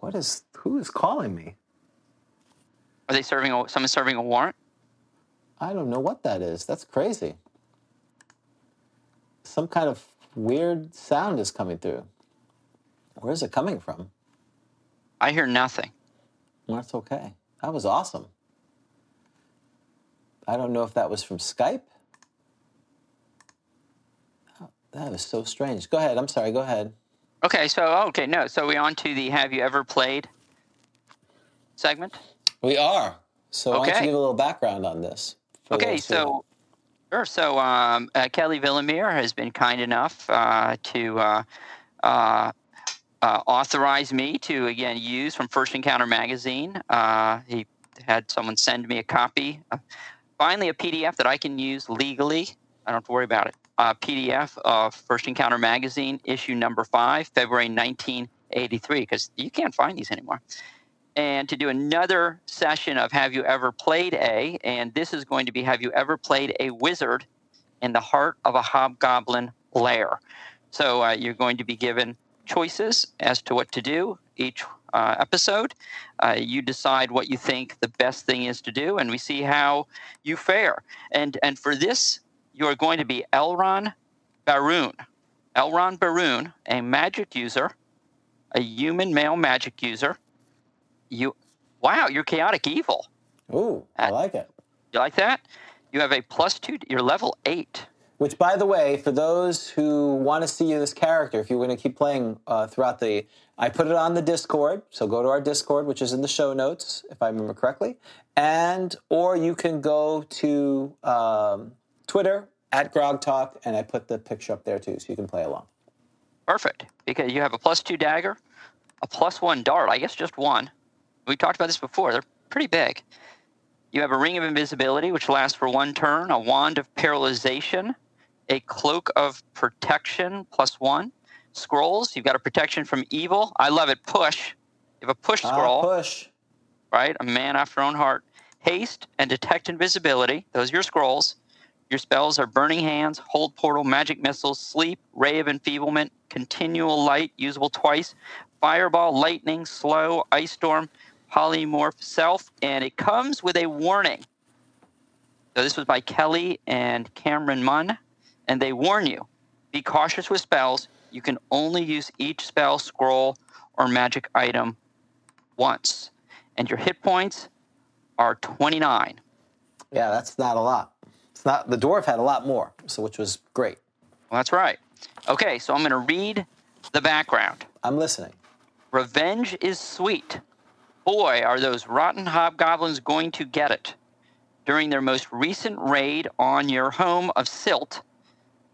What is? Who is calling me?
Are they serving a, someone serving a warrant?
I don't know what that is. That's crazy. Some kind of weird sound is coming through. Where is it coming from?
I hear nothing.
That's okay. That was awesome. I don't know if that was from Skype. Oh, That was so strange. Go ahead. I'm sorry. Go ahead.
Okay, so okay, no. So we on to the have you ever played segment?
We are. So why don't
Okay.
you give a little background on this? for
Okay,
those who-
so sure. So um, uh, Kelly Villamere has been kind enough uh, to uh, uh, uh, authorize me to again use from First Encounter magazine. Uh, he had someone send me a copy, uh, finally a PDF that I can use legally. I don't have to worry about it. Uh, PDF of First Encounter magazine, issue number five, February 1983, because you can't find these anymore and to do another session of Have You Ever Played A? And this is going to be Have You Ever Played a Wizard in the Heart of a Hobgoblin Lair? So uh, you're going to be given choices as to what to do each uh, episode. Uh, you decide what you think the best thing is to do, and we see how you fare. And, and for this, you are going to be Elron Baroon. Elron Baroon, a magic user, a human male magic user, you wow you're chaotic evil
Ooh, I like it.
you like that you have a plus two you're level eight
Which, by the way, for those who want to see this character, if you're going to keep playing uh, throughout the, I put it on the Discord. So go to our Discord, which is in the show notes, if I remember correctly, and or you can go to um, Twitter at Grog Talk, and I put the picture up there too, so you can play along.
perfect because you have a plus two dagger a plus one dart i guess just one we talked about this before they're pretty big you have a ring of invisibility which lasts for one turn a wand of paralyzation a cloak of protection plus one scrolls you've got a protection from evil i love it push you have a push
Ah,
scroll
push.
right? A man after her own heart. Haste and detect invisibility. Those are your scrolls. Your spells are Burning Hands, Hold Portal, Magic Missiles, Sleep, Ray of Enfeeblement, Continual Light, usable twice, Fireball, Lightning, Slow, Ice Storm, Polymorph Self, and it comes with a warning. So this was by Kelly and Cameron Munn, and they warn you be cautious with spells. You can only use each spell, scroll, or magic item once. And your hit points are 29.
Yeah, that's not a lot. It's not. The dwarf had a lot more, so which was great.
Well, that's right. Okay, so I'm going to read the background.
I'm listening.
Revenge is sweet. Boy, are those rotten hobgoblins going to get it. During their most recent raid on your home of Silt,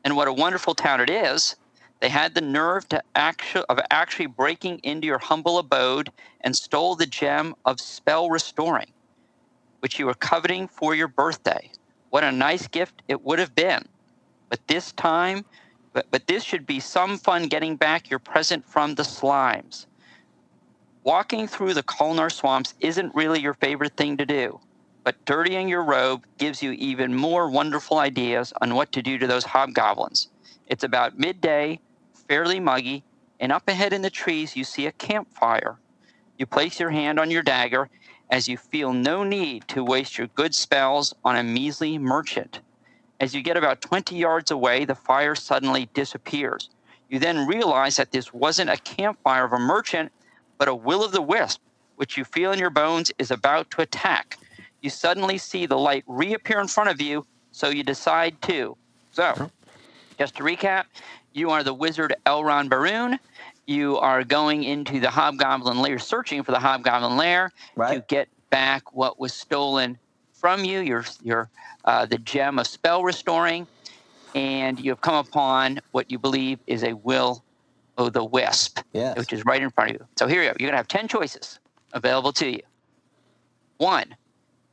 and what a wonderful town it is, they had the nerve to actu- of actually breaking into your humble abode and stole the gem of spell restoring, which you were coveting for your birthday. What a nice gift it would have been. But this time, but, but this should be some fun getting back your present from the slimes. Walking through the Colnar swamps isn't really your favorite thing to do, but dirtying your robe gives you even more wonderful ideas on what to do to those hobgoblins. It's about midday, fairly muggy, and up ahead in the trees you see a campfire. You place your hand on your dagger as you feel no need to waste your good spells on a measly merchant. As you get about 20 yards away, the fire suddenly disappears. You then realize that this wasn't a campfire of a merchant, but a will o' the wisp, which you feel in your bones is about to attack. You suddenly see the light reappear in front of you, so you decide to. So, just to recap, you are the wizard Elrond Baroon. You are going into the Hobgoblin lair, searching for the Hobgoblin lair to
Right.
get back what was stolen from you. Your your uh, the gem of spell restoring, and you have come upon what you believe is a will o' the wisp,
Yes.
which is right in front of you. So here you go. You're gonna have ten choices available to you. One,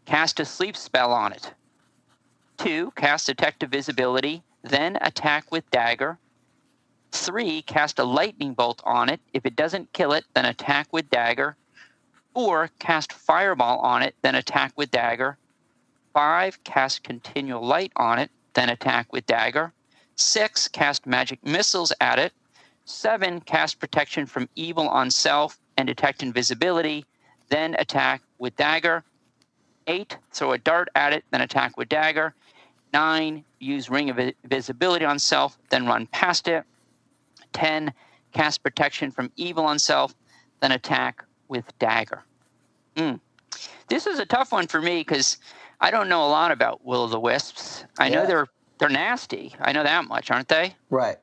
cast a sleep spell on it. Two, cast detect visibility, then attack with dagger. Three, cast a lightning bolt on it. If it doesn't kill it, then attack with dagger. Four, cast fireball on it, then attack with dagger. Five, cast continual light on it, then attack with dagger. Six, cast magic missiles at it. Seven, cast protection from evil on self and detect invisibility, then attack with dagger. Eight, throw a dart at it, then attack with dagger. Nine, use ring of visibility on self, then run past it. Ten, cast protection from evil on self, then attack with dagger. Mm. This is a tough one for me because I don't know a lot about will o' the wisps. I know
Yeah.
they're they're nasty. I know that much, aren't they?
Right.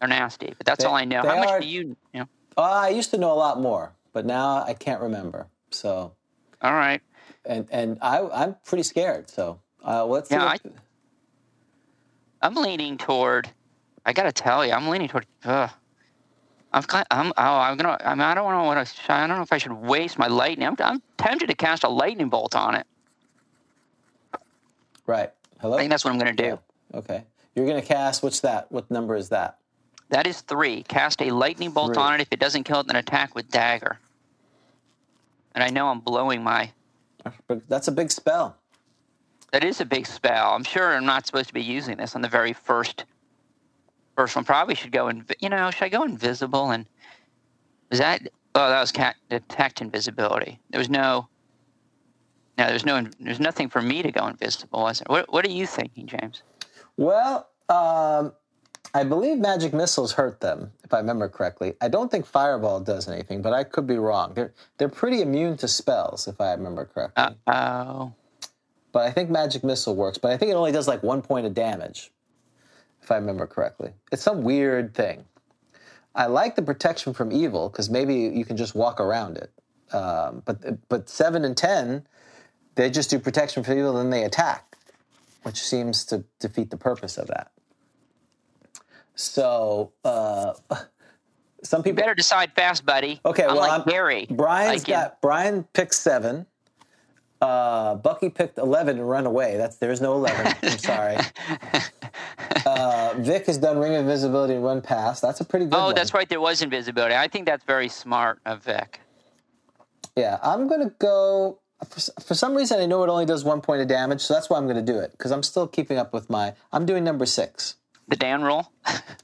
They're nasty, but that's
They-
all I know.
they
How much
are-
do you? you know?
Uh, I used to know a lot more, but now I can't remember. So,
All right.
and and I I'm pretty scared. So uh, let's see
Yeah,
what-
I'm leaning toward. I gotta tell you, I'm leaning toward. Ugh. I'm. ki- I'm. Oh, I'm gonna. I, mean, I don't know what I. sh- I don't know if I should waste my lightning. I'm, I'm tempted to cast a lightning bolt on it.
right. Hello.
I think that's what I'm gonna do.
Yeah. Okay. You're gonna cast. What's that? What number is that?
That is three. Cast a lightning bolt
Three.
on it. If it doesn't kill it, then attack with dagger. And I know I'm blowing my.
But that's a big spell.
That is a big spell. I'm sure I'm not supposed to be using this on the very first first one. Probably should go in. You know, should I go invisible? And was that? Oh, that was cat, detect invisibility. There was no. No, there's no. There's nothing for me to go invisible, was there? What What are you thinking, James?
Well, um, I believe magic missiles hurt them, if I remember correctly. I don't think fireball does anything, but I could be wrong. They're they're pretty immune to spells, if I remember correctly.
Uh oh.
But I think magic missile works. But I think it only does like one point of damage, if I remember correctly. It's some weird thing. I like the protection from evil because maybe you can just walk around it. Um, but but seven and ten, they just do protection from evil, then they attack, which seems to defeat the purpose of that. So uh, some people
Better decide fast, buddy.
Okay,
I'm
well,
like
I'm-
Gary.
Brian's
Like,
got Brian picked seven. Uh, Bucky picked eleven and run away. That's there's no eleven. I'm sorry. Uh, Vic has done Ring of Invisibility and run past. That's a pretty good.
Oh,
one.
that's right. There was invisibility. I think that's very smart of Vic.
Yeah, I'm gonna go. For, s- for some reason, I know it only does one point of damage, so that's why I'm gonna do it because I'm still keeping up with my. I'm doing number six.
The Dan roll.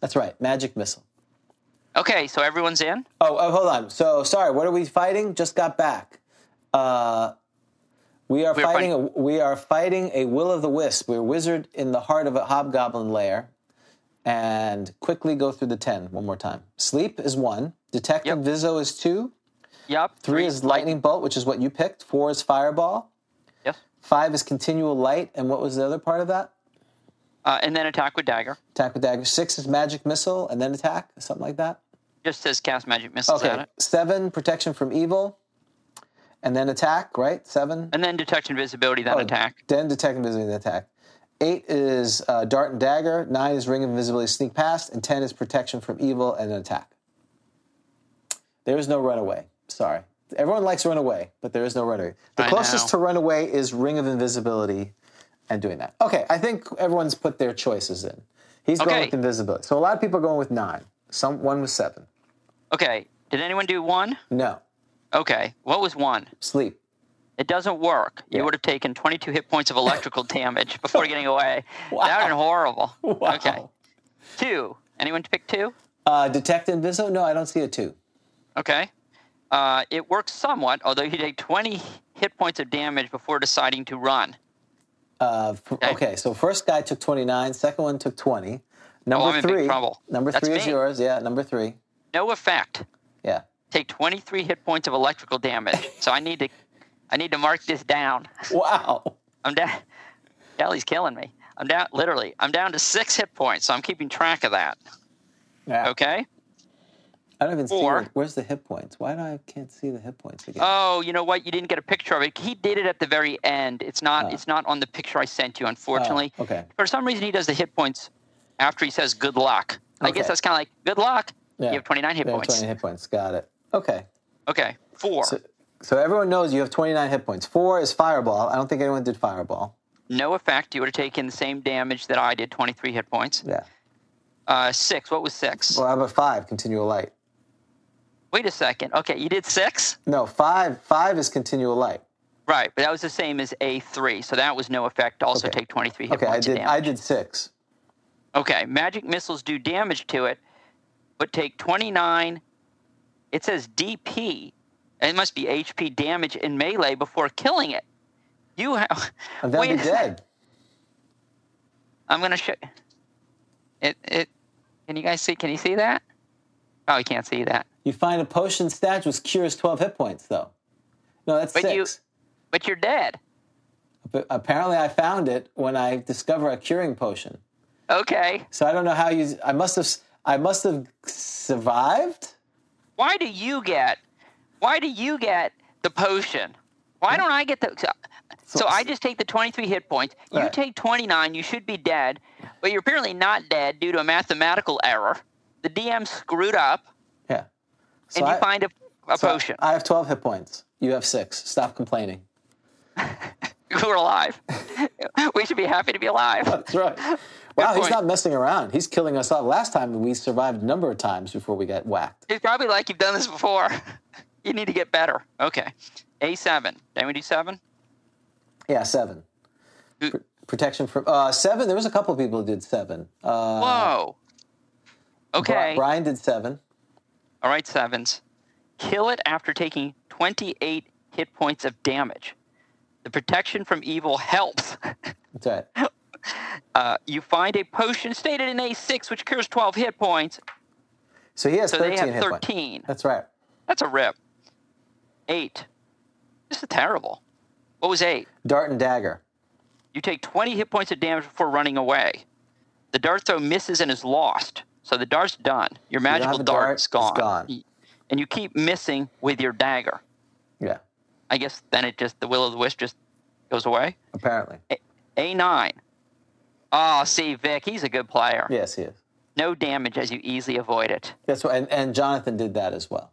That's right, magic missile.
Okay, so everyone's in.
Oh, oh, hold on. So sorry. What are we fighting? Just got back. Uh, we are
We're
fighting.
fighting-
A, we are fighting a will of the wisp. We're wizard in the heart of a hobgoblin lair, and quickly go through the ten one more time. Sleep is one. Detect
Yep.
Inviso is two.
Yep.
Three is lightning bolt, which is what you picked. Four is fireball.
Yes.
Five is continual light, and what was the other part of that?
Uh, and then attack with dagger.
Attack with dagger. Six is magic missile, and then attack, something like that.
Just says cast magic missiles at
Okay.
it.
Seven protection from evil, and then attack. Right. Seven. Oh.
And then detect invisibility, then attack.
Then detect invisibility and attack. Eight is uh, dart and dagger. Nine is ring of invisibility, sneak past, and ten is protection from evil and an attack. There is no runaway. Sorry, everyone likes runaway, but there is no runaway. The
I
closest
know.
to runaway is ring of invisibility, and doing that. Okay, I think everyone's put their choices in. He's going
Okay.
with invisibility, so a lot of people are going with nine. Some one with seven.
Okay. Did anyone do one?
No
Okay. What was one?
sleep.
It doesn't work. You
Yeah.
would have taken 22 hit points of electrical damage before getting away. That would have been horrible.
Wow.
Okay. Two. Anyone pick two?
Uh, detect invisible? No, I don't see a two.
Okay. Uh, it works somewhat, although you take 20 hit points of damage before deciding to run.
Uh, f- okay. so first guy took 29, second one took 20. Number
I'm in big
three.
trouble.
Number
That's
three is
me.
yours. Yeah, number three.
No effect.
Yeah.
Take 23 hit points of electrical damage. So I need to, I need to mark this down.
Wow.
I'm down. Kelly's killing me. I'm down. Literally, I'm down to six hit points. So I'm keeping track of that.
Yeah.
Okay.
I don't even see
Four.
where- where's the hit points. Why do I can't see the hit points again?
Oh, you know what? You didn't get a picture of it. He did it at the very end. It's not. It's not on the picture I sent you. Unfortunately.
Oh, Ah. okay.
For some reason, he does the hit points after he says "good luck." I
Okay.
guess that's kind of like "good luck."
Yeah.
You have 29 hit
You have
points.
20 hit points. Got it. Okay.
Okay. Four.
So, so everyone knows you have 29 hit points. Four is fireball. I don't think anyone did fireball.
no effect. You would have taken the same damage that I did. 23 hit points.
Yeah.
Uh, six. What was six?
Well, how about five? Continual light.
Wait a second. Okay, you did six.
No, five. Five is continual light.
Right, but that was the same as A3, so that was no effect. Also
Okay.
take 23 hit
Okay, I
points
did.
of
I
damage.
did six.
okay, magic missiles do damage to it, but take 29. It says DP. It must be HP damage in melee before killing it. You have.
And then
Wait
be
a sec-
dead.
I'm gonna show. It it. Can you guys see? Can you see that? Oh, you can't see that.
You find a potion stash which cures 12 hit points, though. No, that's
But
six.
you- But you're dead.
But apparently, I found it when I discover a curing potion.
Okay.
So I don't know how you. I must have. I must have survived.
why do you get why do you get the potion why don't i get the so, so i just take the 23 hit points you
Right.
take 29 you should be dead but you're apparently not dead due to a mathematical error the dm screwed up
Yeah. So
and you
I-
find a, a
so
potion
I have 12 hit points. You have six. Stop complaining.
we're alive we should be happy to be alive
That's right. Wow, he's
point.
not messing around. He's killing us off. Last time we survived a number of times before we got whacked.
it's probably like you've done this before you need to get better okay a7 then we do 7
Yeah, seven.
Who-
Pr- protection from uh, seven. There was a couple of people who did seven. Uh,
whoa
Bri-
okay
Brian did seven.
All right, Sevens. Kill it after taking 28 hit points of damage. The protection from evil helps.
That's right.
Uh, you find a potion stated in A6 which cures 12 hit points,
So he has
so
13
they have
hit points.
13.
That's right.
That's a rip. Eight. This is terrible. What was eight?
Dart and dagger.
You take 20 hit points of damage before running away. The dart throw misses and is lost. So the dart's done. Your
don't
magical
have a
dart,
dart,
is
it's
gone.
gone.
And you keep missing with your dagger.
Yeah,
I guess then it just the will of the wisp just goes away.
apparently.
Eh. A nine. Ah, see, Vic, he's a good player.
Yes, he is.
No damage as you easily avoid it.
That's right. And, and Jonathan did that as well.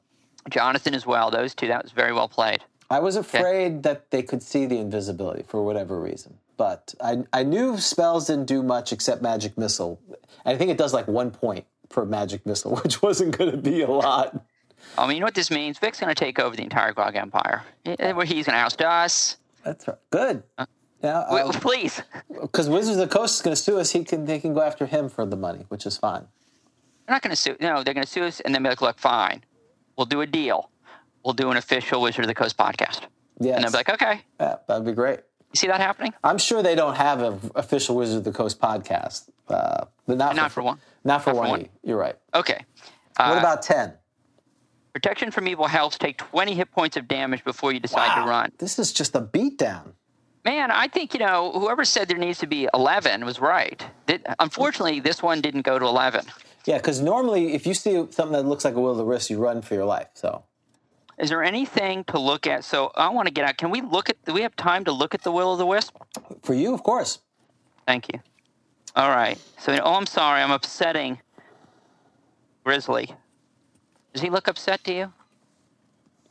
Jonathan as well. Those two, that was very well played.
I was afraid that they could see the invisibility for whatever reason. But I, I knew spells didn't do much except magic missile. And I think it does like one point per magic missile, which wasn't going to be a lot.
I mean, you know what this means? Vic's going to take over the entire Grog Empire. Eh, Where he's going to oust us.
That's right. Good.
Uh, Wait,
Now,
please.
because Wizards of the Coast is going to sue us, he can they can go after him for the money, which is fine.
They're not going to sue. No, they're going to sue us, and then be like, "Look, fine, we'll do a deal. We'll do an official Wizard of the Coast podcast."
Yes,
And they'll be like, "Okay,
yeah, that'd be great.
you see that happening?"
I'm sure they don't have an official Wizard of the Coast podcast, uh, but not,
Not for one.
Not for
Not for
one.
one.
E. You're right.
Okay.
What
Uh,
about ten?
protection from evil helps? Take twenty hit points of damage before you decide to run.
This is just a beatdown.
Man, I think you know whoever said there needs to be eleven was right. That- unfortunately, this one didn't go to eleven.
Yeah, because normally if you see something that looks like a will of the wisp, you run for your life. So
Is there anything to look at? So I want to get out. Can we look at? Do we have time to look at the will of the wisp?
for you, of course.
Thank you. All right. So, oh, I'm sorry. I'm upsetting Grizzly. Does he look upset to you?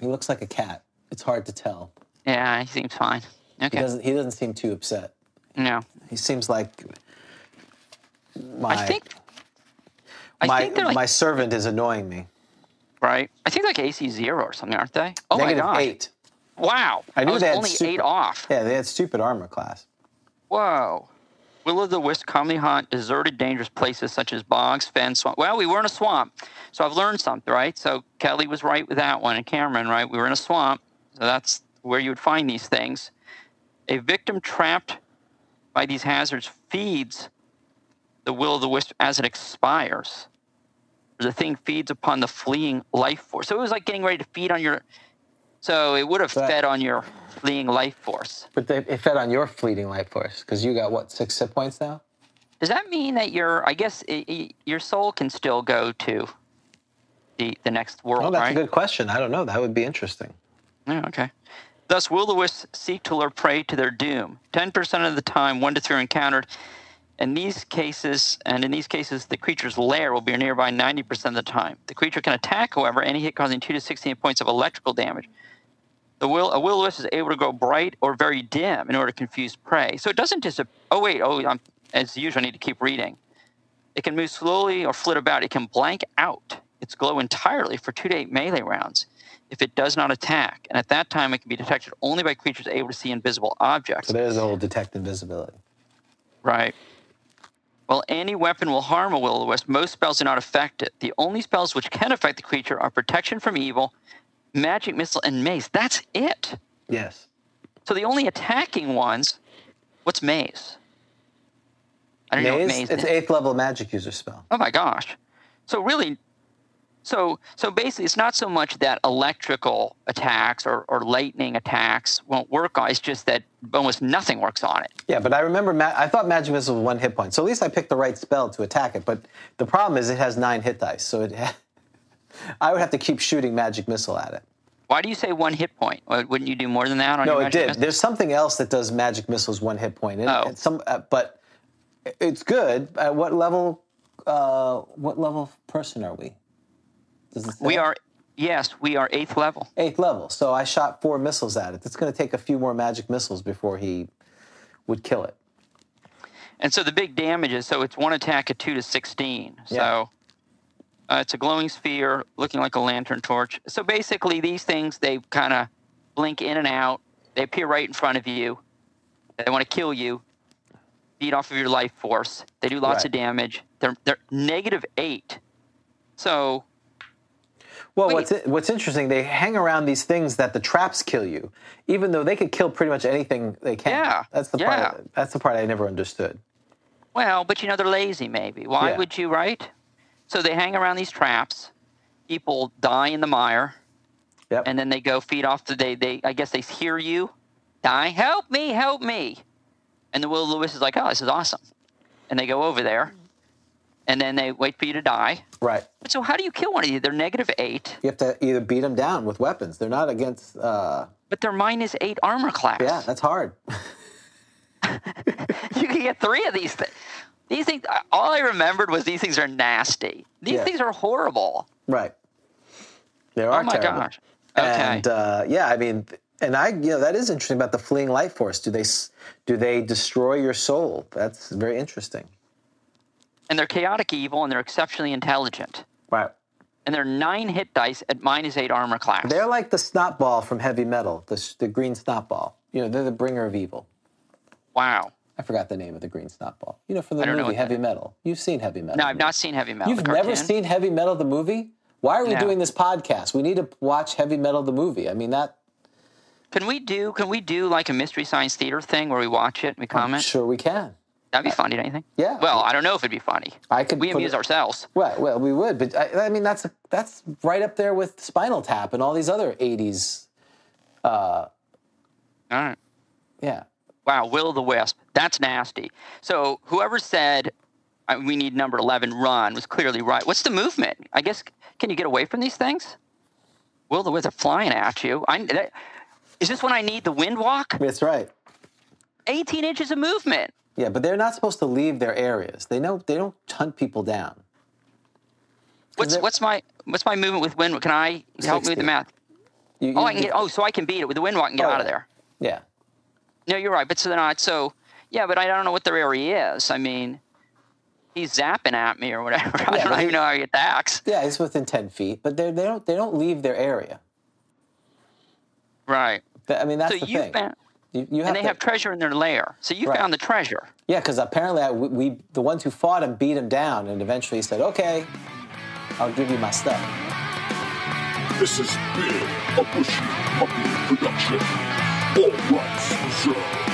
He looks like a cat. It's hard to tell.
Yeah, he seems fine.
He
Okay.
doesn't. He doesn't seem too upset.
No.
He seems like my
I think. I
my
think they're like
my servant is annoying me.
right. I think like AC zero or something, aren't they? Oh
Negative
my gosh!
eight.
Wow!
I knew
was
they had
only
super-
eight off.
Yeah, they had stupid armor class.
Whoa! Will of the Wisp commonly hunt deserted, dangerous places such as bogs, fens, swamp. Well, we were in a swamp, so I've learned something, right? So Kelly was right with that one, and Cameron, right? We were in a swamp, so that's where you would find these things. A victim trapped by these hazards feeds the will of the wisp as it expires. The thing feeds upon the fleeing life force. So it was like getting ready to feed on your. So it would have
Right.
fed on your fleeing life force.
But they, it fed on your fleeting life force because you got what six hit points now.
Does that mean that your, I guess, i i your soul can still go to the the next world,
Oh, that's
right?
a good question. I don't know. That would be interesting.
Yeah, okay. Thus, will the wisps seek to lure prey to their doom. Ten percent of the time, one to three are encountered. In these cases, and in these cases, the creature's lair will be nearby ninety percent of the time. The creature can attack, however, any hit causing two to sixteen points of electrical damage. The will a will wisp is able to grow bright or very dim in order to confuse prey. So it doesn't disappear. Oh wait, oh, I'm, as usual, I need to keep reading. It can move slowly or flit about. It can blank out its glow entirely for two to eight melee rounds if it does not attack. And at that time, it can be detected only by creatures able to see invisible objects.
So there's the whole detect invisibility.
Right. Well, any weapon will harm a will o' the wisp. Most spells do not affect it. The only spells which can affect the creature are protection from evil, magic missile, and mace. That's it.
Yes.
So the only attacking ones, what's maze? I don't know what
Maze?
maze
it's
is.
eighth level magic user spell.
Oh my gosh. So really so so basically it's not so much that electrical attacks or, or lightning attacks won't work on it, it's just that almost nothing works on it.
Yeah, but I remember. Ma- I thought magic missile was one hit point, so at least I picked the right spell to attack it. But the problem is it has nine hit dice, so it. I would have to keep shooting magic missile at it.
Why do you say one hit point? Why- Wouldn't you do more than that on
No,
your
it
magic
did.
missile?
There's something else that does magic missiles one hit point, and,
Oh.
and some, uh, but it- it's good. At what level? Uh, what level person are we? Does it say?
We are yes, we are eighth level.
eighth level. So I shot four missiles at it. It's going to take a few more magic missiles before he would kill it.
And so the big damage is so it's one attack at two to sixteen.
Yeah.
So uh, it's a glowing sphere looking like a lantern torch. So basically, these things they kind of blink in and out. They appear right in front of you. They want to kill you. Beat off of your life force. They do lots
Right.
of damage. They're they're negative eight. So
Well,
Wait.
what's what's interesting? They hang around these things that the traps kill you, even though they could kill pretty much anything they can.
Yeah,
that's the
yeah.
part. That's the part I never understood.
Well, but you know, they're lazy, maybe. Why
Yeah.
would you, right? So they hang around these traps. People die in the mire.
Yep.
And then they go feed off the they they I guess they hear you die. Help me, help me. And the Will Lewis is like, Oh, this is awesome. And they go over there. And then they wait for you to die.
Right.
But so how do you kill one of these? They're negative eight,
You have to either beat them down with weapons. They're not against. Uh,
but they're minus eight armor class.
yeah, that's hard.
you can get three of these things. These things uh, all I remembered was these things are nasty. These
Yeah.
things are horrible.
right. There are.
oh my
terrible.
gosh. Okay.
And uh, yeah, I mean, and I, you know, that is interesting about the fleeing life force. Do they, s- do they destroy your soul? That's very interesting.
and they're chaotic evil and they're exceptionally intelligent.
Right.
And they're nine hit dice at minus eight armor class.
They're like the snot ball from heavy metal, the, s- the green snot ball. You know, they're the bringer of evil.
wow.
I forgot the name of the green snot ball. You know, from the
I don't know
movie
what that
Heavy Metal. You've seen Heavy Metal.
No, I've not seen heavy metal.
You've
the
never
cartoon.
seen Heavy Metal the movie? Why are we
No.
doing this podcast? We need to watch Heavy Metal the movie. I mean, that
Can we do? Can we do like a mystery science theater thing where we watch it and we
I'm
comment?
sure we can.
That'd be funny, don't you think?
Oh, Yeah.
Well, I don't know if it'd be funny.
I could
We
put
amuse
it-
ourselves.
Well, well, we would, but I, I mean that's that's right up there with Spinal Tap and all these other '80s.
All right.
Yeah,
Wow. Will the Wisp. That's nasty. So whoever said uh, we need number eleven run was clearly right. What's the movement? I guess can you get away from these things? Will the Wisp are flying at you? I, that, is this when I need the wind walk?
that's right.
18 inches of movement.
Yeah, but they're not supposed to leave their areas. They know they don't hunt people down.
What's
there-
what's my what's my movement with wind? Can I help me with
60.
the math?
You, you-
Oh, I can get. Oh, so I can beat it with the wind. I can get
Oh,
out of
yeah.
there.
yeah.
No, you're right. But so they're not. So yeah, but I don't know what their area is. I mean, he's zapping at me or whatever. I
Yeah,
don't
but
even
he-
know how he attacks.
Yeah, it's within ten feet, but they they don't they don't leave their area.
Right.
Th- I mean, that's
So
the
you
thing.
found,
you, you have
and they
to,
have treasure in their lair. So you
Right.
found the treasure.
yeah, because apparently I, we, we the ones who fought him beat him down, and eventually he said, "Okay, I'll give you my stuff."
This has been a Bushy Puppy production. All rights reserved.